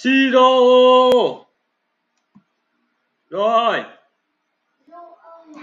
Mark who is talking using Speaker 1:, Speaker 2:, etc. Speaker 1: siro rồi